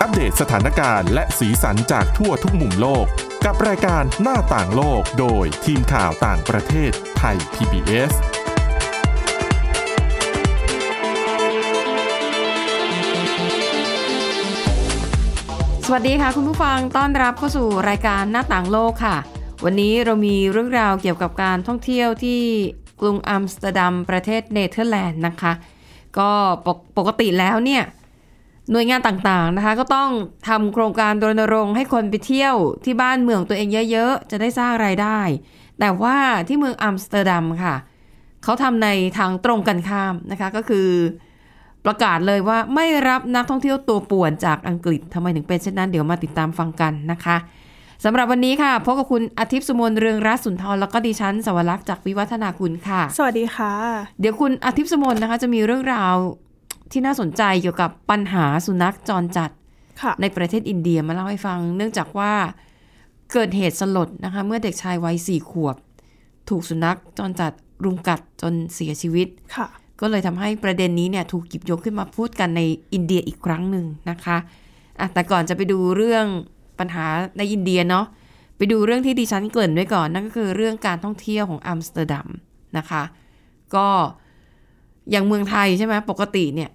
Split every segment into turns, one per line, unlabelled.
อัปเดตสถานการณ์และสีสันจากทั่วทุกมุมโลก กับรายการหน้าต่างโลกโดยทีมข่าวต่างประเทศไทย PBS
สวัสดีค่ะคุณผู้ฟังต้อนรับเข้าสู่รายการหน้าต่างโลกค่ะ วันนี้เรามีเรื่องราวเกี่ยวกับการท่องเที่ยวที่กรุงอัมสเตอร์ดัมประเทศเนเธอร์แลนด์นะคะ ก็ปกปกติแล้วเนี่ย หน่วยงานต่างๆนะคะ ก็ต้องทำโครงการรณรงค์ให้คนไปเที่ยวที่บ้านเมืองตัวเองเยอะๆ จะได้สร้างรายได้ แต่ว่าที่เมืองอัมสเตอร์ดัมค่ะ เขาทำในทางตรงกันข้ามนะคะก็คือ ประกาศเลยว่าไม่รับนักท่องเที่ยวตัวป่วนจากอังกฤษทำไมถึงเป็นเช่นนั้นเดี๋ยวมาติดตามฟังกันนะคะสำหรับวันนี้ค่ะพบกับคุณอาทิตย์สุมนเรืองรัตน์สุนทรแล้วก็ดิฉันสวรักษ์จากวิวัฒนาคุณค่ะ
สวัสดีค่ะ
เดี๋ยวคุณอาทิตย์สมนนะคะ จะมีเรื่องราวที่น่าสนใจเกี่ยวกับปัญหาสุนัขจรจัด
ค่ะ
ในประเทศอินเดียมาเล่าให้ฟัง เนื่องจากว่าเกิดเหตุสลดนะคะ เมื่อเด็กชายวัยสี่ขวบ ถูกสุนัขจรจัดรุมกัดจนเสียชีวิต
ค่ะ
ก็เลยทำให้ประเด็นนี้เนี่ยถูกหยิบยกขึ้นมาพูดกันในอินเดียอีกครั้งหนึ่งนะคะอ่ะแต่ก่อนจะไปดูเรื่องปัญหาในอินเดียเนาะไปดูเรื่องที่ดิฉันเกริ่นไว้ก่อน นั่นก็คือเรื่องการท่องเที่ยวของอัมสเตอร์ดัมนะคะ ก็อย่างเมืองไทยใช่ไหมปกติเนี่ย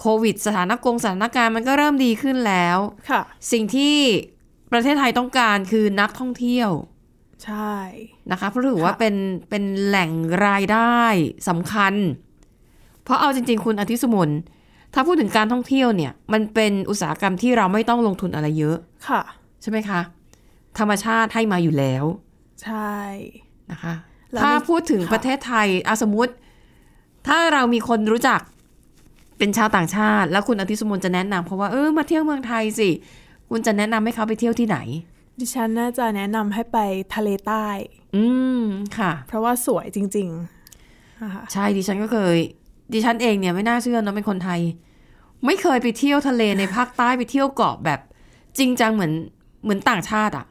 โควิดสถานกงสถานการณ์มันก็เริ่มดีขึ้นแล้ว
ค่ะ
สิ่งที่ประเทศไทยต้องการคือนักท่องเที่ยว
ใช่
นะคะเพราะถือว่า
ค่ะ
เป็นเป็นแหล่งรายได้สำคัญ เพราะเอาจริง ๆ คุณอาทิตย์สมนถ้าพูดถึงการท่องเที่ยวเนี่ย มันเป็นอุตสาหกรรมที่เราไม่ต้องลงทุนอะไรเยอะ
ค่ะ
ใช่ไหมคะ ธรรมชาติให้มาอยู่แล้ว
ใช่
นะคะ
แล้ว
ถ้าพูดถึง
ค่ะ
ประเทศไทยอะสมมติ ถ้าเรามีคนรู้จักเป็นชาวต่างชาติ แล้วคุณอาทิตย์สมนจะแนะนำเพราะว่าเออมาเที่ยวเมืองไทยสิ คุณจะแนะนำให้เขาไปเที่ยวที่ไหน
ดิฉันน่าจะแนะนำให้ไปทะเลใต้
อืมค่ะ
เพราะว่าสวยจริงๆนะคะ
ใช่ดิฉันก็เคย ดิฉันเองเนี่ยไม่น่าเชื่อเนอะเป็นคนไทย ไม่เคยไปเที่ยวทะเลในภาคใต้ไปเที่ยวเกาะแบบ จริงจังเหมือนเหมือนต่างชาติอะ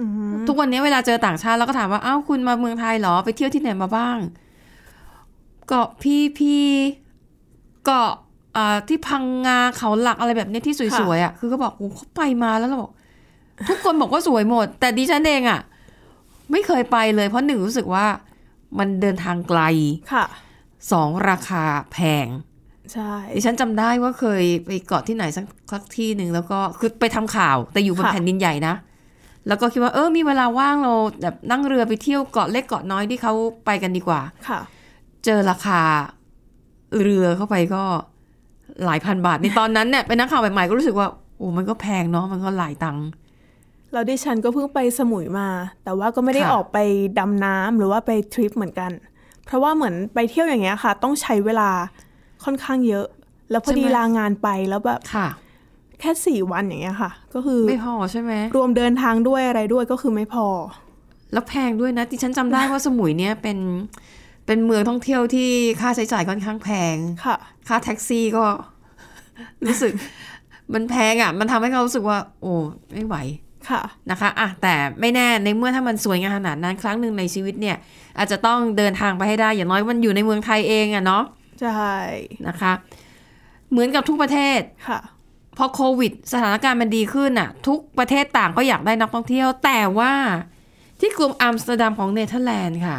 อืม
ทุกวันนี้เวลาเจอต่างชาติแล้วก็ถามว่าอ้าวคุณมาเมืองไทยเหรอไปเที่ยวที่ไหนมาบ้าง เกาะพี่พี่เกาะอ่าที่พังงาเขาหลักอะไรแบบเนี้ยที่สวยๆอะคือก็บอกโอ้เขาไปมาแล้วเราบอกทุกคนบอกว่าสวยหมด แต่ดิฉันเองอะไม่เคยไปเลยเพราะหนึ่งรู้สึกว่ามันเดินทางไกล
ค่ะ
สองราคาแพง
ใช่
ดิฉันจำได้ว่าเคยไปเกาะที่ไหนสักสักที่หนึ่งแล้วก็คือไปทำข่าวแต่อยู่บน
ค่ะ
แผ่นดินใหญ่นะ แล้วก็คิดว่าเออมีเวลาว่างเราแบบนั่งเรือไปเที่ยวเกาะเล็กเกาะน้อยที่เขาไปกันดีกว่า
ค่ะ
เจอราคาเรือเข้าไปก็หลายพันบาทในตอนนั้นเนี่ยเป็นนักข่าวใหม่ๆก็รู้สึกว่าโอ้มันก็แพงเนาะมันก็หลายตังค์
แล้วดิฉันก็เพิ่งไปสมุยมา แต่ว่าก็ไม่ได้
ค่ะ
ออกไปดำน้ำหรือว่าไปทริปเหมือนกัน เพราะว่าเหมือนไปเที่ยวอย่างเงี้ยค่ะ ต้องใช้เวลาค่อนข้างเยอะ แล้วพอดีลางานไปแล้วแบบ
ค่ะ
แค่สี่วันอย่างเงี้ยค่ะ ก็คือ
ไม่พอใช่ไหม
รวมเดินทางด้วยอะไรด้วยก็คือไม่พอ
แล้วแพงด้วยนะดิฉันจำได้ว่าสมุยเนี่ยเป็นเป็นเมืองท่องเที่ยวที่ค่าใช้จ่ายค่อนข้างแพง
ค่ะ
ค่าแท็กซี่ก็ รู้สึก มันแพงอ่ะ มันทำให้เขารู้สึกว่า โอ้ไม่ไหว
ค่ะ
นะคะอ่ะแต่ไม่แน่ในเมื่อถ้ามันสวยงามขนาดนั้นครั้งหนึ่งในชีวิตเนี่ย อาจจะต้องเดินทางไปให้ได้อย่างน้อยมันอยู่ในเมืองไทยเองอ่ะเนาะ
ใช่
นะคะ เหมือนกับทุกประเทศ
ค่ะ
พอโควิด สถานการณ์มันดีขึ้นอ่ะ ทุกประเทศต่างก็อยากได้นักท่องเที่ยว แต่ว่าที่กรุงอัมสเตอร์ดัมของเนเธอร์แลนด์ค่ะ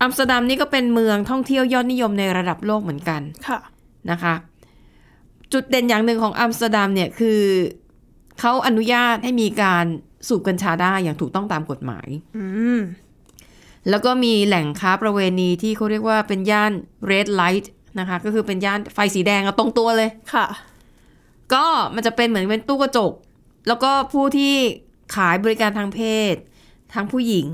อัมสเตอร์ดัมนี่ก็เป็นเมืองท่องเที่ยวยอดนิยมในระดับโลกเหมือนกัน
ค่ะ
นะคะจุดเด่นอย่างหนึ่งของอัมสเตอร์ดัมเนี่ยคือเขาอนุญาตให้มีการสูบกัญชาได้อย่างถูกต้องตามกฎหมาย
อืม
แล้วก็มีแหล่งค้าประเวณีที่เขาเรียกว่าเป็นย่าน red light นะคะก็คือเป็นย่านไฟสีแดงอะตรงตัวเลย
ค่ะ
ก็มันจะเป็นเหมือนเป็นตู้กระจก แล้วก็ผู้ที่ขายบริการทางเพศ ทั้งผู้หญิง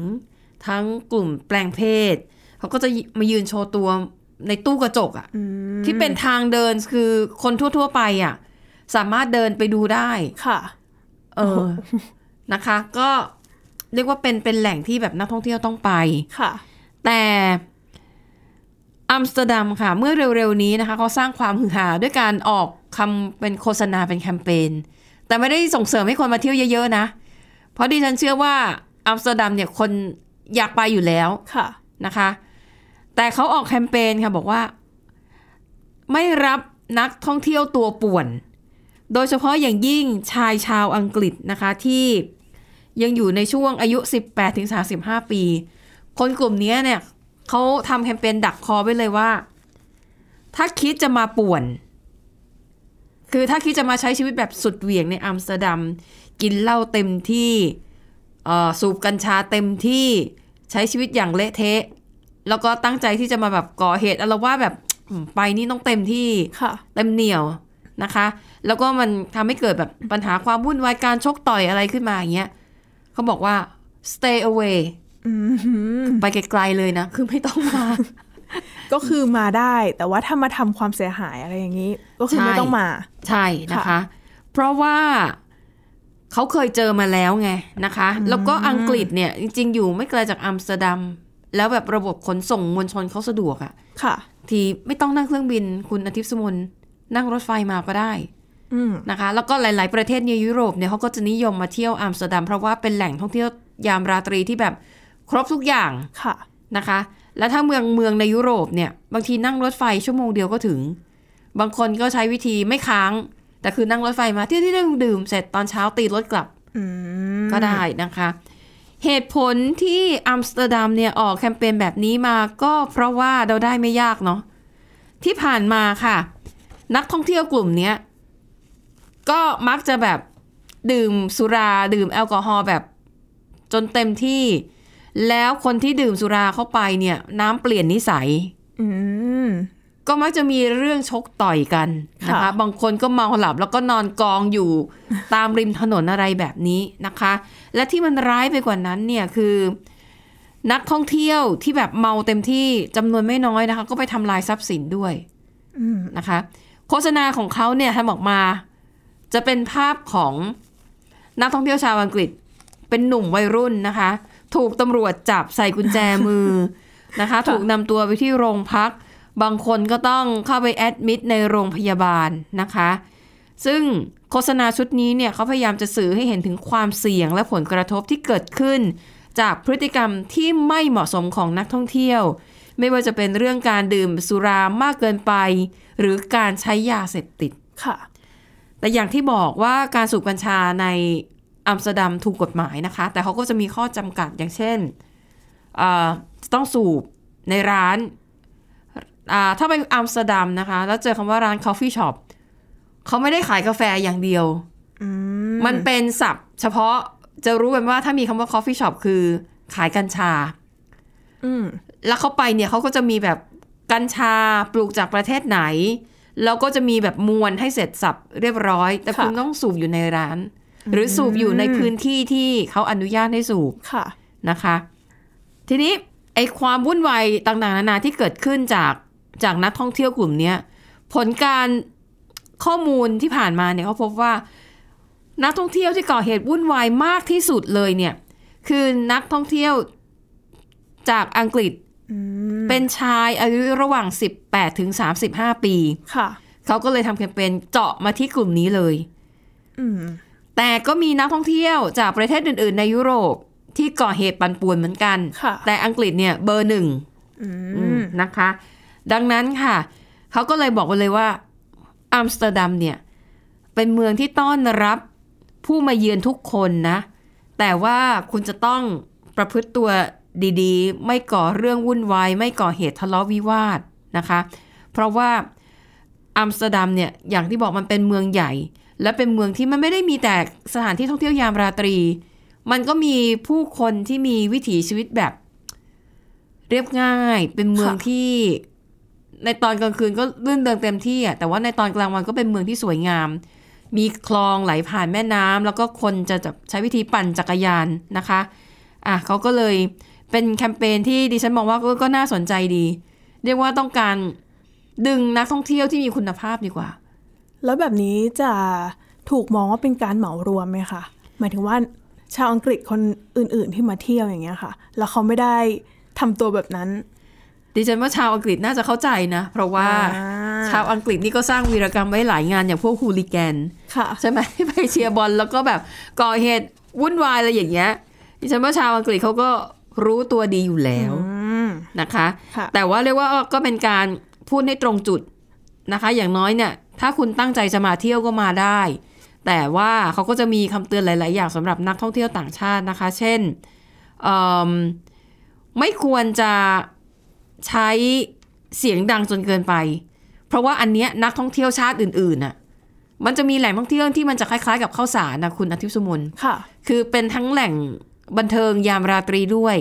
ทั้งกลุ่มแปลงเพศเขาก็จะมายืนโชว์ตัวในตู้กระจกอะ
อืม
ที่เป็นทางเดินคือคนทั่ว ๆ ไปอ่ะ สามารถเดินไปดูได้
ค่ะ
เออ นะคะ ก็เรียกว่าเป็นเป็นแหล่งที่แบบนักท่องเที่ยวต้องไป
ค่ะ
แต่อัมสเตอร์ดัมค่ะ เมื่อเร็ว ๆ นี้นะคะเขาสร้างความฮือฮาด้วยการออกคำเป็นโฆษณาเป็นแคมเปญแต่ไม่ได้ส่งเสริมให้คนมาเที่ยวเยอะ ๆ นะ เพราะดิฉันเชื่อว่าอัมสเตอร์ดัมเนี่ยคนอยากไปอยู่แล้ว
ค่ะ
นะคะ แต่เขาออกแคมเปญค่ะบอกว่า ไม่รับนักท่องเที่ยวตัวป่วน โดยเฉพาะอย่างยิ่งชายชาวอังกฤษนะคะที่ยังอยู่ในช่วงอายุ 18-35 ปี คนกลุ่มเนี้ยเนี่ยเขาทำแคมเปญดักคอไว้เลยว่า ถ้าคิดจะมาป่วน คือถ้าคิดจะมาใช้ชีวิตแบบสุดเหวี่ยงในอัมสเตอร์ดัม กินเหล้าเต็มที่เอ่อสูบกัญชาเต็มที่ใช้ชีวิตอย่างเละเทะ แล้วก็ตั้งใจที่จะมาแบบก่อเหตุอาละวาดแบบ ไปนี่ต้องเต็มที่
ค่ะ
เต็มเหนียวนะคะ แล้วก็มันทำให้เกิดแบบปัญหาความวุ่นวายการชกต่อยอะไรขึ้นมาอย่างเงี้ยเขาบอกว่า stay away
อืม
ไปไกลๆเลยนะ คือไม่ต้องมา
ก็คือมาได้ แต่ว่าถ้ามาทำความเสียหายอะไรอย่างนี้ ก็คือ
ใช่
ไม่ต้องมา
ใช่นะคะ เพราะว่าเขาเคยเจอมาแล้วไงนะคะ แล้วก็อังกฤษเนี่ย จริง ๆ อยู่ไม่ไกลจากอัมสเตอร์ดัม แล้วแบบระบบขนส่งมวลชนเขาสะดวกอะ
ค่ะ
ทีไม่ต้องนั่งเครื่องบินคุณอาทิตย์สมนนั่งรถไฟมาก็ได้
อืม
นะคะแล้วก็หลาย ๆ ประเทศในยุโรปเนี่ยเขาก็จะนิยมมาเที่ยวอัมสเตอร์ดัมเพราะว่าเป็นแหล่งท่องเที่ยวยามราตรีที่แบบครบทุกอย่าง
ค่ะ
นะคะ แล้วถ้าเมืองเมืองในยุโรปเนี่ยบางทีนั่งรถไฟชั่วโมงเดียวก็ถึง บางคนก็ใช้วิธีไม่ค้าง แต่คือนั่งรถไฟมาเที่ยวที่ดื่มดื่มเสร็จตอนเช้าตีรถกลับ
อืม
ก็ได้นะคะ เหตุผลที่อัมสเตอร์ดัมเนี่ยออกแคมเปญแบบนี้มาก็เพราะว่าเราได้ไม่ยากเนาะที่ผ่านมาค่ะ นักท่องเที่ยวกลุ่มเนี้ย ก็มักจะแบบดื่มสุราดื่มแอลกอฮอล์แบบจนเต็มที่ แล้วคนที่ดื่มสุราเข้าไปเนี่ย น้ำเปลี่ยนนิสัย
อืม
ก็มักจะมีเรื่องชกต่อยกันนะคะ
ค่ะ
บางคนก็เมาหลับแล้วก็นอนกองอยู่ ตามริมถนนอะไรแบบนี้นะคะ และที่มันร้ายไปกว่านั้นเนี่ยคือ นักท่องเที่ยวที่แบบเมาเต็มที่จำนวนไม่น้อยนะคะ ก็ไปทำลายทรัพย์สินด้วย
อืม
นะคะโฆษณาของเขาเนี่ยทำออกมาจะเป็นภาพของนักท่องเที่ยวชาวอังกฤษ เป็นหนุ่มวัยรุ่นนะคะ ถูกตำรวจจับใส่กุญแจมือ นะคะ ถูกนำตัวไปที่โรงพัก บางคนก็ต้องเข้าไปแอดมิดในโรงพยาบาลนะคะ ซึ่งโฆษณาชุดนี้เนี่ยเขาพยายามจะสื่อให้เห็นถึงความเสี่ยงและผลกระทบที่เกิดขึ้น จากพฤติกรรมที่ไม่เหมาะสมของนักท่องเที่ยว ไม่ว่าจะเป็นเรื่องการดื่มสุรามากเกินไป หรือการใช้ยาเสพติด
ค่ะ
แต่อย่างที่บอกว่าการสูบกัญชาในอัมสเตอร์ดัมถูกกฎหมายนะคะ แต่เขาก็จะมีข้อจำกัดอย่างเช่นเอ่อต้องสูบในร้านอ่าถ้าไปอัมสเตอร์ดัมนะคะ แล้วเจอคำว่าร้าน Coffee Shop เขาไม่ได้ขายกาแฟอย่างเดียว
อืม
มันเป็นศัพท์ เฉพาะจะรู้กันว่าถ้ามีคำว่า Coffee Shop คือขายกัญชา
อืม
แล้วเขาไปเนี่ยเขาก็จะมีแบบกัญชาปลูกจากประเทศไหน แล้วก็จะมีแบบมวลให้เสร็จสับเรียบร้อย แต่คุณต้องสูบอยู่ในร้าน หรือสูบอยู่ในพื้นที่ที่เขาอนุญาตให้สูบ
ค่ะ
นะคะ ทีนี้ไอความวุ่นวายต่างๆนานาที่เกิดขึ้นจากจากนักท่องเที่ยวกลุ่มเนี้ยผลการข้อมูลที่ผ่านมาเนี่ยเขาพบว่า นักท่องเที่ยวที่ก่อเหตุวุ่นวายมากที่สุดเลยเนี่ย คือนักท่องเที่ยวจากอังกฤษ
อืม
เป็นชายอายุระหว่าง 18 ถึง 35 ปี
ค่ะ
เขาก็เลยทำแคมเปญเจาะมาที่กลุ่มนี้เลย
อืม
แต่ก็มีนักท่องเที่ยวจากประเทศอื่น ๆ ในยุโรปที่ก่อเหตุปั่นป่วนเหมือนกัน
ค่ะ
แต่อังกฤษเนี่ยเบอร์หนึ่ง
อื
อื
ม
มนะคะ ดังนั้นค่ะ เขาก็เลยบอกไปเลยว่าอัมสเตอร์ดัมเนี่ย เป็นเมืองที่ต้อนรับผู้มาเยือนทุกคนนะ แต่ว่าคุณจะต้องประพฤติตัวดี ๆ ไม่ก่อเรื่องวุ่นวาย ไม่ก่อเหตุทะเลาะวิวาทนะคะ เพราะว่าอัมสเตอร์ดัมเนี่ยอย่างที่บอกมันเป็นเมืองใหญ่ และเป็นเมืองที่มันไม่ได้มีแต่สถานที่ท่องเที่ยวยามราตรี มันก็มีผู้คนที่มีวิถีชีวิตแบบ เรียบง่าย เป็นเมืองที่ในตอนกลางคืนก็รื่นเริงเต็มที่อะแต่ว่าในตอนกลางวันก็เป็นเมืองที่สวยงาม มีคลองไหลผ่านแม่น้ำแล้วก็คนจะจะใช้วิธีปั่นจักรยานนะคะอ่ะเขาก็เลยเป็นแคมเปญที่ดิฉันมองว่าก็ก็น่าสนใจดี เรียกว่าต้องการดึงนักท่องเที่ยวที่มีคุณภาพดีกว่า
แล้วแบบนี้จะถูกมองว่าเป็นการเหมารวมไหมคะ หมายถึงว่าชาวอังกฤษคนอื่น ๆ ที่มาเที่ยวอย่างเงี้ยค่ะ แล้วเขาไม่ได้ทำตัวแบบนั้น
ดิฉันว่าชาวอังกฤษน่าจะเข้าใจนะ เพราะว่า
อ่า
ชาวอังกฤษนี่ก็สร้างวีรกรรมไว้หลายงานอย่างพวกฮูลิแกน
ค่ะ
ใช่ไหม ไปเชียร์บอลแล้วก็แบบก่อเหตุวุ่นวายอะไรอย่างเงี้ยดิฉันว่าชาวอังกฤษเขาก็รู้ตัวดีอยู่แล้ว
อืม
นะคะ
ค่ะ
แต่ว่าเรียกว่าก็เป็นการพูดให้ตรงจุดนะคะ อย่างน้อยเนี่ย ถ้าคุณตั้งใจจะมาเที่ยวก็มาได้ แต่ว่าเขาก็จะมีคำเตือนหลาย ๆ อย่างสำหรับนักท่องเที่ยวต่างชาตินะคะ เช่นเอิ่มไม่ควรจะใช้เสียงดังจนเกินไป เพราะว่าอันเนี้ยนักท่องเที่ยวชาติอื่น ๆ น่ะ มันจะมีแหล่งท่องเที่ยวที่มันจะคล้าย ๆ กับข้าวสารนะคุณอาทิตย์สมุน
ค่ะ
คือเป็นทั้งแหล่งบันเทิงยามราตรีด้วย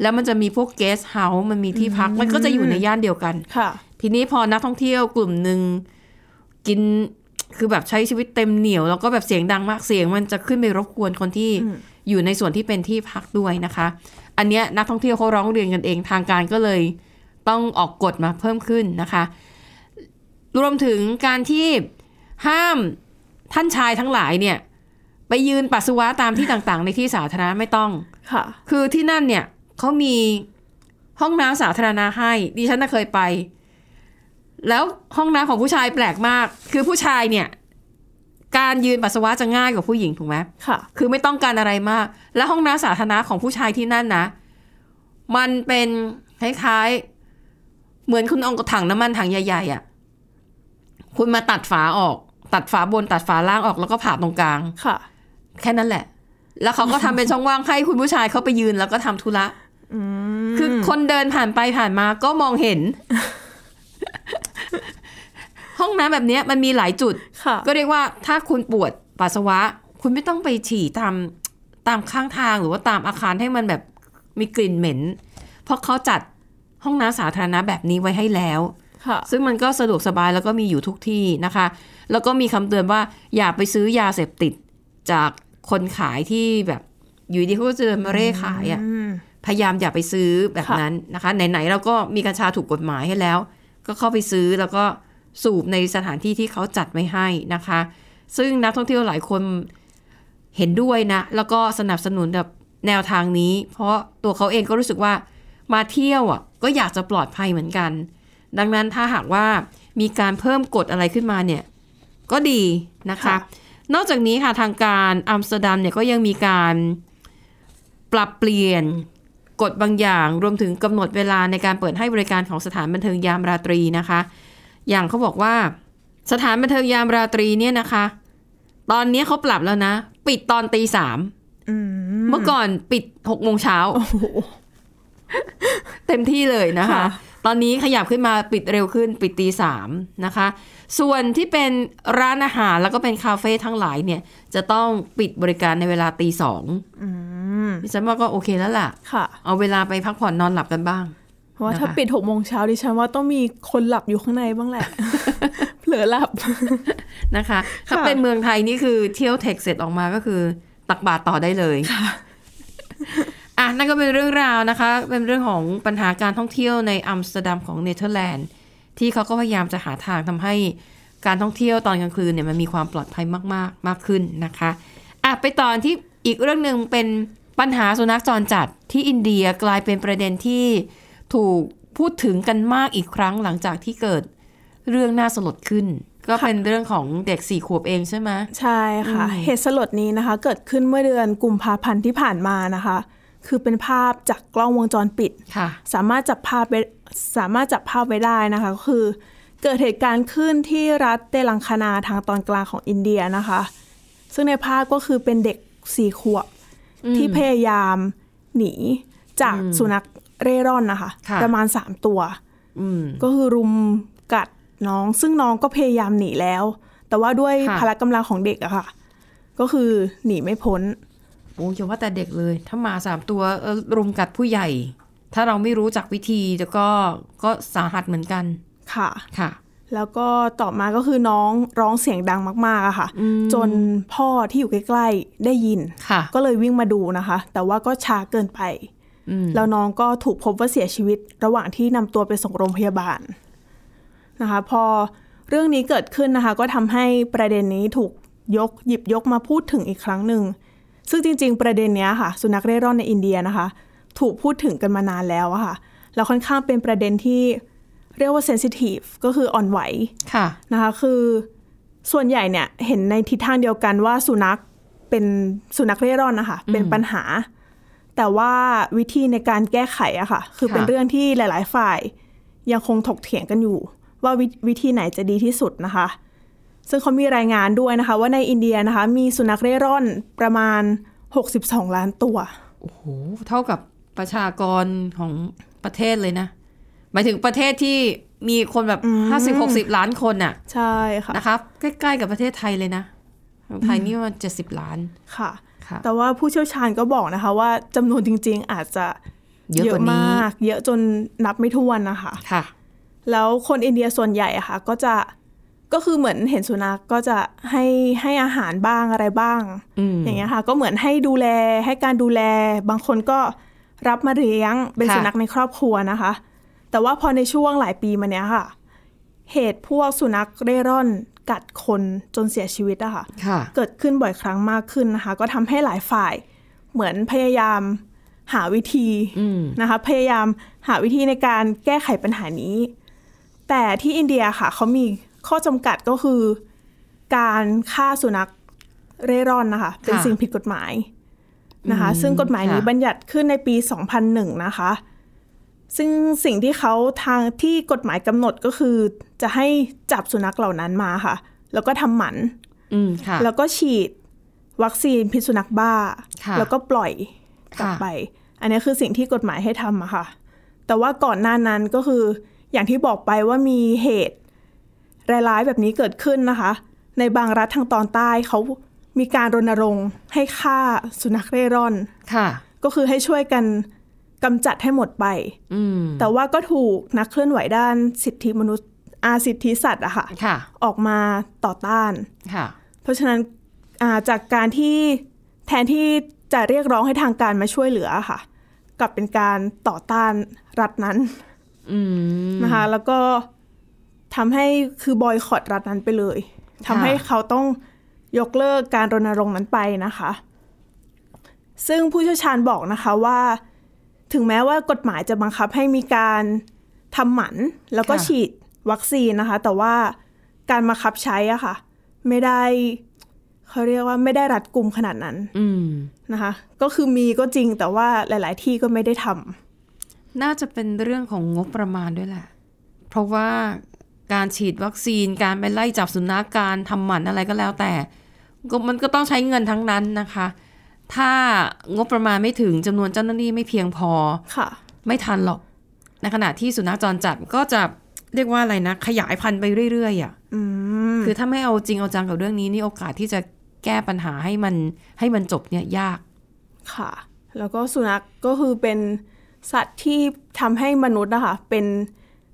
แล้วมันจะมีพวกเกสเฮาส์มันมีที่พัก มันก็จะอยู่ในย่านเดียวกัน
ค่ะ
ทีนี้พอนักท่องเที่ยวกลุ่มหนึ่งกินคือแบบใช้ชีวิตเต็มเหนียว แล้วก็แบบเสียงดังมากเสียง มันจะขึ้นไปรบกวนคนที่อยู่ในส่วนที่เป็นที่พักด้วยนะคะ อันเนี้ยนักท่องเที่ยวเขาร้องเรียนกันเองทางการก็เลย ต้องออกกฎมาเพิ่มขึ้นนะคะ รวมถึงการที่ห้ามท่านชายทั้งหลายเนี่ย ไปยืนปัสสาวะตามที่ต่างๆ ในที่สาธารณะไม่ต้อง
ค่ะ
คือที่นั่นเนี่ยเขามีห้องน้ำสาธารณะให้ ดิฉันน่ะเคยไป แล้วห้องน้ำของผู้ชายแปลกมาก คือผู้ชายเนี่ย การยืนปัสสาวะจะง่ายกว่าผู้หญิงถูกไหม
ค่ะ
คือไม่ต้องการอะไรมาก และห้องน้ำสาธารณะของผู้ชายที่นั่นนะ มันเป็นคล้ายๆ เหมือนคุณเอาถังน้ำมันถังใหญ่ๆอะ่ะ คุณมาตัดฝาออก ตัดฝาบนตัดฝาล่างออกแล้วก็ผ่าตรงกลาง
ค่ะ
แค่นั้นแหละ แล้วเขาก็ทำเป็นช่องว่างให้คุณผู้ชายเขาไปยืนแล้วก็ทำธุระ คือคนเดินผ่านไปผ่านมาก็มองเห็น ห้องน้ำแบบเนี้ยมันมีหลายจุด
ค่ะ
ก็เรียกว่าถ้าคุณปวดปัสสาวะ คุณไม่ต้องไปฉี่ตามตามข้างทางหรือว่าตามอาคารให้มันแบบมีกลิ่นเหม็น เพราะเขาจัดห้องน้ำสาธารณะแบบนี้ไว้ให้แล้ว
ค่ะ
ซึ่งมันก็สะดวกสบายแล้วก็มีอยู่ทุกที่นะคะ แล้วก็มีคำเตือนว่าอย่าไปซื้อยาเสพติดจากคนขายที่แบบอยู่ดีเขาก็จะเดินมาเร่ขายอ่ะ
อืม
พยายามอย่าไปซื้อแบบ
ค่ะ
นั้นนะคะ ไหนๆเราก็มีกัญชาถูกกฎหมายให้แล้ว ก็เข้าไปซื้อแล้วก็สูบในสถานที่ที่เขาจัดไว้ให้นะคะ ซึ่งนักท่องเที่ยวหลายคนเห็นด้วยนะ แล้วก็สนับสนุนแบบแนวทางนี้ เพราะตัวเขาเองก็รู้สึกว่ามาเที่ยวอ่ะก็อยากจะปลอดภัยเหมือนกัน ดังนั้นถ้าหากว่ามีการเพิ่มกฎอะไรขึ้นมาเนี่ยก็ดีนะคะ
ค่ะ
นอกจากนี้ค่ะทางการอัมสเตอร์ดัมเนี่ยก็ยังมีการ ปรับเปลี่ยนกฎบางอย่างรวมถึงกำหนดเวลาในการเปิดให้บริการของสถานบันเทิงยามราตรีนะคะ อย่างเขาบอกว่าสถานบันเทิงยามราตรีเนี่ยนะคะ ตอนนี้เขาปรับแล้วนะ ปิดตอนตีสาม
อืม
เมื่อก่อนปิดหกโมงเช้า
โอ้โห
เต็มที่เลยนะคะ
ค่ะ
ตอนนี้ขยับขึ้นมาปิดเร็วขึ้นปิดตีสามนะคะ ส่วนที่เป็นร้านอาหารแล้วก็เป็นคาเฟ่ทั้งหลายเนี่ยจะต้องปิดบริการในเวลาตีสอง
อืม
ดิฉันว่าก็โอเคแล้วล่ะ
ค่ะ
เอาเวลาไปพักผ่อนนอนหลับกันบ้าง
เพราะว่า
นะคะ
ถ้าปิดหกโมงเช้าดิฉันว่าต้องมีคนหลับอยู่ข้างใน บ้างแหละ เผลอหลับ
นะคะ ถ้า
ค่ะ
เป็นเมืองไทยนี่คือเที่ยวเทคเสร็จออกมาก็คือตักบาตรต่อได้เลยอ่ะนั่นก็เป็นเรื่องราวนะคะ เป็นเรื่องของปัญหาการท่องเที่ยวในอัมสเตอร์ดัมของเนเธอร์แลนด์ ที่เขาก็พยายามจะหาทางทำให้การท่องเที่ยวตอนกลางคืนเนี่ยมันมีความปลอดภัยมากๆ มากขึ้นนะคะอ่ะไปตอนที่อีกเรื่องหนึ่งเป็นปัญหาสุนัขจรจัดที่อินเดียกลายเป็นประเด็นที่ถูกพูดถึงกันมากอีกครั้งหลังจากที่เกิดเรื่องน่าสลดขึ้น ก็เป็นเรื่องของเด็กสี่ขวบเองใช่ไหม
ใช่ค่ะ
อืม
เหตุสลดนี้นะคะ เกิดขึ้นเมื่อเดือนกุมภาพันธ์ที่ผ่านมานะคะ คือเป็นภาพจากกล้องวงจรปิด
ค่ะ
สามารถจับภาพไว้สามารถจับภาพไว้ได้นะคะก็คือ เกิดเหตุการณ์ขึ้นที่รัฐเตลังคานาทางตอนกลางของอินเดียนะคะ ซึ่งในภาพก็คือเป็นเด็กสี่ขวบ ที่พยายามหนีจากสุนัขเร่ร่อนนะคะ
ค่ะ
ประมาณ 3 ตัว
อืม
ก็คือรุมกัดน้อง ซึ่งน้องก็พยายามหนีแล้ว แต่ว่าด้วย
ค่ะ
พละกำลังของเด็กอะค่ะ ก็คือหนีไม่พ้น
โอ้ยอย่าว่าแต่เด็กเลย ถ้าหมาสามตัวเอ่อรุมกัดผู้ใหญ่ ถ้าเราไม่รู้จักวิธีแล้วก็ก็สาหัสเหมือนกัน
ค่ะ
ค่ะ
แล้วก็ต่อมาก็คือน้องร้องเสียงดังมากๆอะค่ะ จนพ่อที่อยู่ใกล้ๆ ได้ยิน
ค่ะ
ก็เลยวิ่งมาดูนะคะ แต่ว่าก็ช้าเกินไป แล้วน้องก็ถูกพบว่าเสียชีวิต ระหว่างที่นำตัวไปส่งโรงพยาบาลนะคะ พอเรื่องนี้เกิดขึ้นนะคะ ก็ทำให้ประเด็นนี้ถูกยกหยิบยกมาพูดถึงอีกครั้งหนึ่ง ซึ่งจริง ๆ ประเด็นเนี้ยค่ะ สุนัขเร่ร่อนในอินเดียนะคะ ถูกพูดถึงกันมานานแล้วอะค่ะ แล้วค่อนข้างเป็นประเด็นที่เรียกว่าเซนซิทีฟก็คืออ่อนไหว
ค่ะ
นะคะคือส่วนใหญ่เนี่ยเห็นในทิศทางเดียวกันว่าสุนัขเป็นสุนัขเร่ร่อนนะคะเป็นปัญหา แต่ว่าวิธีในการแก้ไขอะค่ะ คือ
ค่ะ
เป็นเรื่องที่หลาย ๆ ฝ่ายยังคงถกเถียงกันอยู่ ว่าวิวธีไหนจะดีที่สุดนะคะ ซึ่งเขามีรายงานด้วยนะคะ ว่าในอินเดียนะคะ มีสุนัขเร่ร่อนประมาณ 62 ล้านตัว
โอ้โห เท่ากับประชากรของประเทศเลยนะ หมายถึงประเทศที่มีคนแบบห้าสิบหกสิบล้านคนน่ะ
ใช่ค่ะ
นะคะใกล้ๆกับประเทศไทยเลยนะของไทยนี่มันเจ็ดสิบล้าน
ค่ะ
ค่ะ
แต่ว่าผู้เชี่ยวชาญก็บอกนะคะ ว่าจำนวนจริง ๆ อาจจะ
เยอะกว่านี้
มาก เยอะจนนับไม่ถ้วนนะคะ
ค่ะ
แล้วคนอินเดียส่วนใหญ่อะค่ะ ก็จะก็คือเหมือนเห็นสุนัขก็จะให้ให้อาหารบ้างอะไรบ้าง
อืม
อย่างเงี้ยค่ะ ก็เหมือนให้ดูแลให้การดูแล บางคนก็รับมาเลี้ยงเป็น
ค่ะ
สุนัขในครอบครัวนะคะ แต่ว่าพอในช่วงหลายปีมาเนี้ยค่ะ เหตุพวกสุนัขเร่ร่อนกัดคนจนเสียชีวิตอะค่ะ
ค่ะ
เกิดขึ้นบ่อยครั้งมากขึ้นนะคะ ก็ทำให้หลายฝ่ายเหมือนพยายามหาวิธี
อืม
นะคะ พยายามหาวิธีในการแก้ไขปัญหานี้ แต่ที่อินเดียค่ะเขามีข้อจำกัดก็คือ การฆ่าสุนัขเร่ร่อนนะคะ เป็น
ค่ะ
สิ่งผิดกฎหมายนะคะ
อืม
ซึ่งกฎหมายนี้
ค่ะ
บัญญัติขึ้นในปี 2001 นะคะ ซึ่งสิ่งที่เขาทางที่กฎหมายกำหนดก็คือ จะให้จับสุนัขเหล่านั้นมาค่ะ แล้วก็ทำหมัน
อืม ค่ะ
แล้วก็ฉีดวัคซีนพิษสุนัขบ้า
ค่ะ
แล้วก็ปล่อยกลับ
ค่ะ
ไป อันนี้คือสิ่งที่กฎหมายให้ทำอะค่ะ แต่ว่าก่อนหน้านั้นก็คือ อย่างที่บอกไปว่ามีเหตุร้ายๆแบบนี้เกิดขึ้นนะคะ ในบางรัฐทางตอนใต้เขามีการรณรงค์ให้ฆ่าสุนัขเร่ร่อน
ค่ะ
ก็คือให้ช่วยกันกำจัดให้หมดไป
อืม
แต่ว่าก็ถูกนักเคลื่อนไหวด้านสิทธิมนุษย์อาสิทธิสัตว์อะค่ะ
ค่ะ
ออกมาต่อต้าน
ค่ะ
เพราะฉะนั้นอ่าจากการที่แทนที่จะเรียกร้องให้ทางการมาช่วยเหลือค่ะกลับเป็นการต่อต้านรัฐนั้น
อืม
นะคะแล้วก็ทำให้คือบอยคอรดรัฐนั้นไปเลยทำให้เขาต้องยกเลิกการรณรงค์นั้นไปนะคะ ซึ่งผู้เชี่ยวชาญบอกนะคะว่า ถึงแม้ว่ากฎหมายจะบังคับให้มีการทำหมัน แล้วก็
ค่ะ
ฉีดวัคซีนนะคะ แต่ว่าการบังคับใช้อะค่ะ ไม่ได้เขาเรียกว่าไม่ได้รัดกุมขนาดนั้น
อืม
นะคะ ก็คือมีก็จริงแต่ว่าหลาย ๆ ที่ก็ไม่ได้ท
น่าจะเป็นเรื่องของงบประมาณด้วยแหละ เพราะว่าการฉีดวัคซีน การไปไล่จับสุนัข การทำหมันอะไรก็แล้วแต่ก็มันก็ต้องใช้เงินทั้งนั้นนะคะ ถ้างบประมาณไม่ถึงจำนวนเจ้าหน้าที่ไม่เพียงพอ
ำค่ะ
ไม่ทันหรอก ในขณะที่สุนัขจรจัดก็จะเรียกว่าอะไรนะ ขยายพันธุ์ไปเรื่อยๆอ่ะ
อืม
คือถ้าไม่เอาจริงเอาจังกับเรื่องนี้นี่โอกาสที่จะแก้ปัญหาให้มันให้มันจบเนี่ยยาก
ค่ะ แล้วก็สุนัขกก็คือเป็นสัตว์ที่ทำให้มนุษย์นะคะเป็น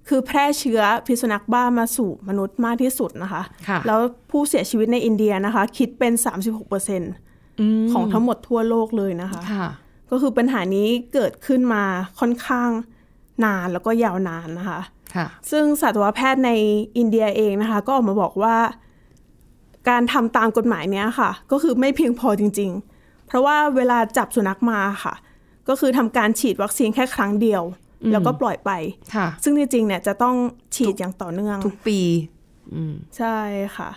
คือแพร่เชื้อพิษสุนัขบ้ามาสู่มนุษย์มากที่สุดนะคะ
ค่ะ
แล้วผู้เสียชีวิตในอินเดียนะคะ คิดเป็น 36%ของทั้งหมดทั่วโลกเลยนะคะ
ค่ะ
ก็คือปัญหานี้เกิดขึ้นมาค่อนข้างนานแล้วก็ยาวนานนะคะ
ค่ะ
ซึ่งสัตวแพทย์ในอินเดียเองนะคะ ก็ออกมาบอกว่า การทำตามกฎหมายเนี้ยค่ะ ก็คือไม่เพียงพอจริง ๆ เพราะว่าเวลาจับสุนัขมาค่ะ ก็คือทำการฉีดวัคซีนแค่ครั้งเดียว แล้วก็ปล่อยไป
ค่ะ
ซึ่งจริงๆเนี่ยจะต้องฉีดอย่างต่อเนื่อง
ทุกปี อืม
ใช่ค่ะ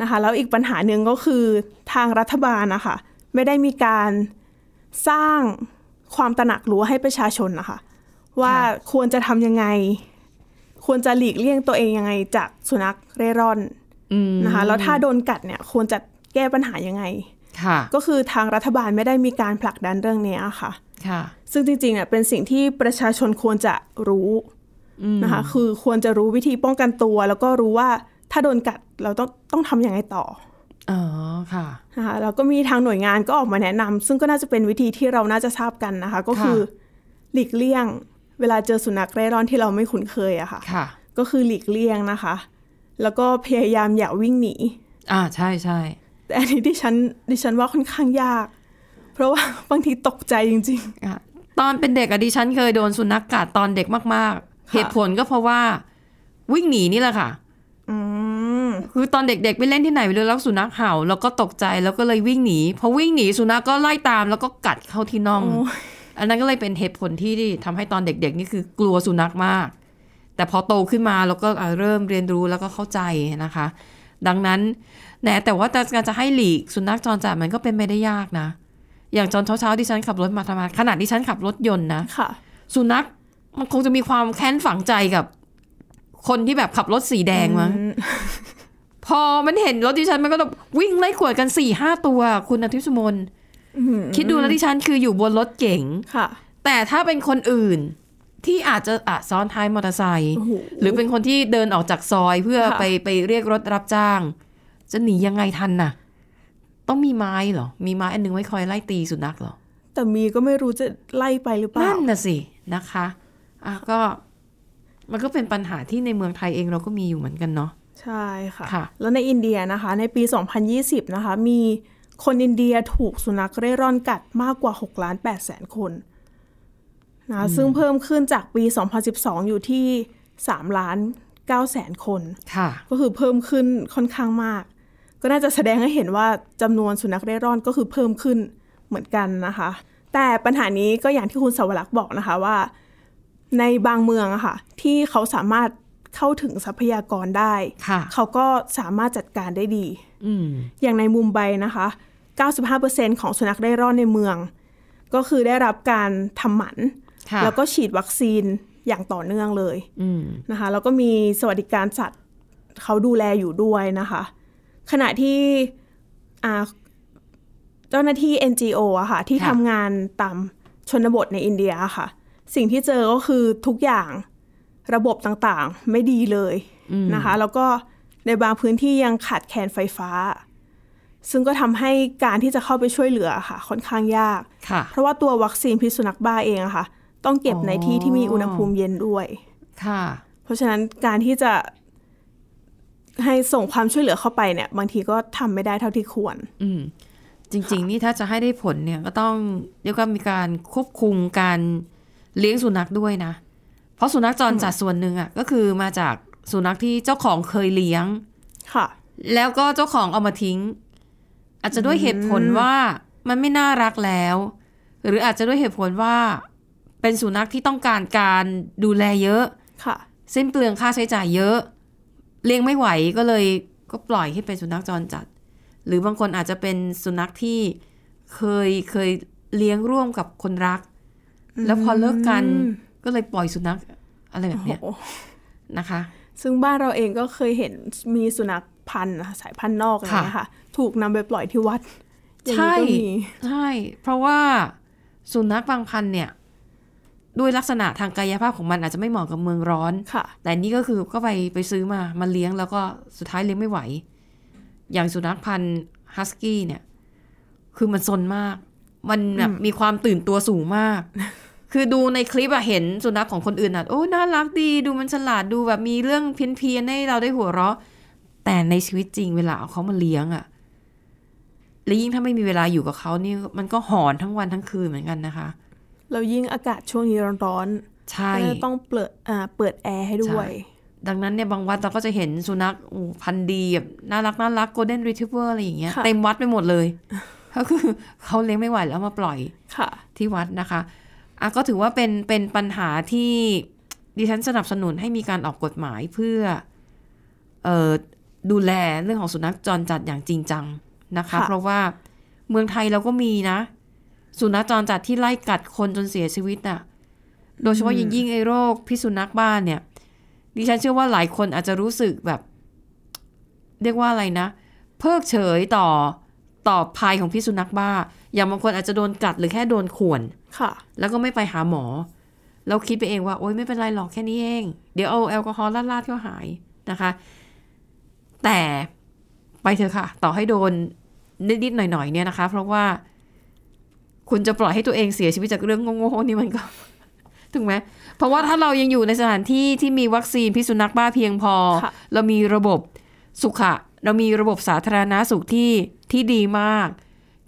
นะคะแล้วอีกปัญหาหนึ่งก็คือทางรัฐบาลนะคะไม่ได้มีการสร้างความตระหนักรู้ให้ประชาชนนะคะว่า
ค่ะ
ควรจะทำยังไง ควรจะหลีกเลี่ยงตัวเองยังไงจากสุนัขเร่ร่อน
อืม
นะคะแล้วถ้าโดนกัดเนี่ยควรจะแก้ปัญหายังไง
ค่ะ
ก็คือทางรัฐบาลไม่ได้มีการผลักดันเรื่องเนี้ยค่ะ
ค่ะ
ซึ่งจริงๆอ่ะเป็นสิ่งที่ประชาชนควรจะรู้นะคะ คือควรจะรู้วิธีป้องกันตัว แล้วก็รู้ว่าถ้าโดนกัดเราต้องต้องทำยังไงต่อ
อ๋อ ค่ะ
นะคะแล้วก็มีทางหน่วยงานก็ออกมาแนะนำซึ่งก็น่าจะเป็นวิธีที่เราน่าจะทราบกันนะคะ ก็คือหลีกเลี่ยง เวลาเจอสุนัขเร่ร่อนที่เราไม่คุ้นเคยอะค่ะ
ค่ะ
ก็คือหลีกเลี่ยงนะคะ แล้วก็พยายามอย่าวิ่งหนี
อ่า ใช่ใช่
แต่อันนี้ดิฉันดิฉันว่าค่อนข้างยาก เพราะว่า บางทีตกใจจริง
ค่ะตอนเป็นเด็กอะดิฉันเคยโดนสุนัขกกัดตอนเด็กมากๆ
ค่ะ
เหตุผลก็เพราะว่าวิ่งหนีนี่แหละค่ะ
ๆ อืม
คือตอนเด็กๆไปเล่นที่ไหนไม่รู้แล้วสุนัขเห่า แล้วก็ตกใจแล้วก็เลยวิ่งหนีพอวิ่งหนีสุนัขก็ไล่ตามแล้วก็กัดเข้าที่น่อง
โอ้ย
อันนั้นก็เลยเป็นเหตุผลที่ทำให้ตอนเด็กๆ นี่คือกลัวสุนัขมาก แต่พอโตขึ้นมาเราก็อ่ะเริ่มเรียนรู้แล้วก็เข้าใจนะคะ ดังนั้นแหนแต่ว่าการจะให้หลีกสุนัขจรจัดมันก็เป็นไปได้ยากนะ อย่างตอนเช้าๆที่ฉันขับรถมาทำงานขนาดที่ฉันขับรถยนต์นะ
ค่ะ
สุนัขมันคงจะมีความแค้นฝังใจกับ คนที่แบบขับรถสีแดงมั้ง พอมันเห็นรถดิฉันมันก็แบบวิ่งไล่กวดกันสี่ห้าตัว คุณอาทิตย์สุมนคิดดูแล้วดิฉันคืออยู่บนรถเก๋ง
ค่ะ
แต่ถ้าเป็นคนอื่นที่อาจจะอะซ้อนท้ายมอเตอร์ไซค์
โอ้โห
หรือเป็นคนที่เดินออกจากซอยเพื่อ
ค่ะ
ไปไปเรียกรถรับจ้าง จะหนียังไงทันน่ะ ต้องมีไม้เหรอ มีไม้อันหนึงไว้คอยไล่ตีสุนัขเหรอ
แต่มีก็ไม่รู้จะไล่ไปหรือเปล่า
นั่นน่ะสินะคะอ่ะก็มันก็เป็นปัญหาที่ในเมืองไทยเองเราก็มีอยู่เหมือนกันเนาะ
ใช่ค่ะ
ค่ะ
แล้วในอินเดียนะคะ ในปี 2020 นะคะ มีคนอินเดียถูกสุนัขเร่ร่อนกัดมากกว่า 6 ล้าน8แสนคนนะซึ่งเพิ่มขึ้นจากปี 2012 อยู่ที่ 3 ล้าน9แสนคน
ค่ะ
ก็คือเพิ่มขึ้นค่อนข้างมาก ก็น่าจะแสดงให้เห็นว่าจำนวนสุนัขเร่ร่อนก็คือเพิ่มขึ้นเหมือนกันนะคะ แต่ปัญหานี้ก็อย่างที่คุณสวรักษ์บอกนะคะว่า ในบางเมืองอะค่ะที่เขาสามารถเข้าถึงทรัพยากรได้
ค่ะ
เขาก็สามารถจัดการได้ดี
อืม
อย่างในมุมไบนะคะ 95%ของสุนัขเร่ร่อนในเมือง ก็คือได้รับการทำหมัน
ค่ะ
แล้วก็ฉีดวัคซีนอย่างต่อเนื่องเลย
อืม
นะคะแล้วก็มีสวัสดิการสัตว์เขาดูแลอยู่ด้วยนะคะ ขณะที่อ่าเจ้าหน้าที่ NGO อะค่ะที่
ค่ะ
ทำงานตามชนบทในอินเดียอะค่ะ สิ่งที่เจอก็คือทุกอย่างระบบต่างๆไม่ดีเลยนะคะ แล้วก็ในบางพื้นที่ยังขาดแคลนไฟฟ้า ซึ่งก็ทำให้การที่จะเข้าไปช่วยเหลืออะค่ะ ค่อนข้างยาก
ค่ะ
เพราะว่าตัววัคซีนพิษสุนัขบ้าเองอะค่ะ ต้องเก็บในที่ที่มีอุณหภูมิเย็นด้วย
ค่ะ
เพราะฉะนั้นการที่จะให้ส่งความช่วยเหลือเข้าไปเนี่ย บางทีก็ทำไม่ได้เท่าที่ควร
อืม จริง ๆ นี่ถ้าจะให้ได้ผลเนี่ยก็ต้องเรียกว่ามีการควบคุมการเลี้ยงสุนัขด้วยนะ เพราะสุนัขจรจัดส่วนหนึ่งอ่ะก็คือมาจากสุนัขที่เจ้าของเคยเลี้ยง
ค่ะ
แล้วก็เจ้าของเอามาทิ้ง อาจจะด้วยเหตุผลว่ามันไม่น่ารักแล้ว หรืออาจจะด้วยเหตุผลว่าเป็นสุนัขที่ต้องการการดูแลเยอะ
ค่ะ
สิ้นเปลืองค่าใช้จ่ายเยอะ เลี้ยงไม่ไหวก็เลยก็ปล่อยให้เป็นสุนัขจรจัด หรือบางคนอาจจะเป็นสุนัขที่เคยเคยเลี้ยงร่วมกับคนรัก แล้วพอเลิกกันก็เลยปล่อยสุนัขอะไรแบบเนี้ย
โอ้โห
นะคะ
ซึ่งบ้านเราเองก็เคยเห็นมีสุนัขพันธุ์นะคะสายพันธุ์นอกอะไรอย่างเงี้ยค่ะ ถูกนำไปปล่อยที่วัดอย่างนี้ก็มี
ใช่ เพราะว่าสุนัขบางพันธุ์เนี่ย ด้วยลักษณะทางกายภาพของมันอาจจะไม่เหมาะกับเมืองร้อน
ค่ะ
แต่นี่ก็คือก็ไปไปซื้อมามาเลี้ยงแล้วก็สุดท้ายเลี้ยงไม่ไหว อย่างสุนัขพันธุ์ฮัสกี้เนี่ย คือมันซนมาก มันแบบมีความตื่นตัวสูงมาก คือดูในคลิปอะเห็นสุนัขของคนอื่นอะโอ้น่ารักดี ดูมันฉลาดดูแบบมีเรื่องเพี้ยนๆให้เราได้หัวเราะ แต่ในชีวิตจริงเวลาเอาเขามาเลี้ยงอะและยิ่งถ้าไม่มีเวลาอยู่กับเขานี่มันก็หอนทั้งวันทั้งคืนเหมือนกันนะคะ
เรายิ่งอากาศช่วงนี้ร้อน
ใช่
ๆก็จะต้องเปิดอ่าเปิดแอร์ให้ด้วย
ใช่ ดังนั้นเนี่ยบางวัดเราก็จะเห็นสุนัขโอ้พันธุ์ดีแบบน่ารักน่ารักโกลเด้นรีทรีเวอร์อะไรอย่างเงี้ย
ค่ะ
เต็มวัดไปหมดเลยก็คือ เขาเลี้ยงไม่ไหวแล้วเอามาปล่อย
ค่ะ
ที่วัดนะคะอ่ะก็ถือว่าเป็นเป็นปัญหาที่ดิฉันสนับสนุนให้มีการออกกฎหมายเพื่อเอ่อดูแลเรื่องของสุนัขจรจัดอย่างจริงจังนะคะ
ค่ะ
เพราะว่าเมืองไทยเราก็มีนะ สุนัขจรจัดที่ไล่กัดคนจนเสียชีวิตน่ะ โดยเฉพาะยิ่งยิ่งไอ้โรคพิษสุนัขบ้านเนี่ย ดิฉันเชื่อว่าหลายคนอาจจะรู้สึกแบบ เรียกว่าอะไรนะ เพิกเฉยต่อต่อภัยของพิษสุนัขบ้า อย่างบางคนอาจจะโดนกัดหรือแค่โดนข่วน
ค่ะ
แล้วก็ไม่ไปหาหมอ เราคิดไปเองว่า โอ๊ยไม่เป็นไรหรอกแค่นี้เอง เดี๋ยวเอาแอลกอฮอล์ลาดๆก็หายนะคะ แต่ไปเถอะค่ะ ต่อให้โดนนิดๆหน่อยๆเนี่ยนะคะ เพราะว่า คุณจะปล่อยให้ตัวเองเสียชีวิตจากเรื่องโง่ๆนี่มันก็ ถูกไหมเพราะว่าถ้าเรายังอยู่ในสถานที่ที่มีวัคซีนพิษสุนัขบ้าเพียงพอ
ค่ะ
เรามีระบบสุขะ เรามีระบบสาธารณาสุขที่ที่ดีมาก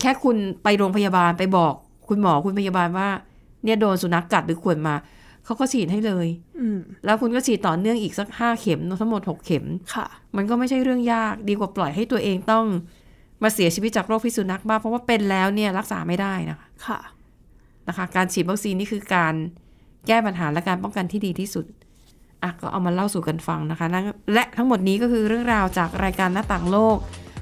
แค่คุณไปโรงพยาบาลไปบอก คุณหมอคุณพยาบาลว่า เนี่ยโดนสุนัขกกัดหรือข่วนมา เขาก็ฉีดให้เลย
อืม
แล้วคุณก็ฉีดต่อเนื่องอีกสักห้าเข็มทั้งหมดหกเข็ม
ค่ะ
มันก็ไม่ใช่เรื่องยากดีกว่าปล่อยให้ตัวเองต้องมาเสียชีวิตจากโรคพิษสุนัขบ้าเพราะว่าเป็นแล้วเนี่ยรักษาไม่ได้นะคะ
ค่ะ
นะคะ การฉีดวัคซีนนี่คือการแก้ปัญหาและการป้องกันที่ดีที่สุดอ่ะก็เอามาเล่าสู่กันฟังนะคะและและทั้งหมดนี้ก็คือเรื่องราวจากรายการหน้าต่างโลก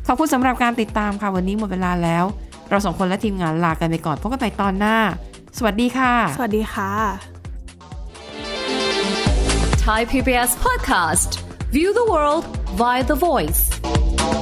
ขอบคุณสำหรับการติดตามค่ะวันนี้หมดเวลาแล้ว เราสองคนและทีมงานลากันไปก่อนพบกันใหม่ตอนหน้า สวัสดีค่ะ
สวัสดีค่ะ
Thai PBS podcast. View the world via the voice.
ค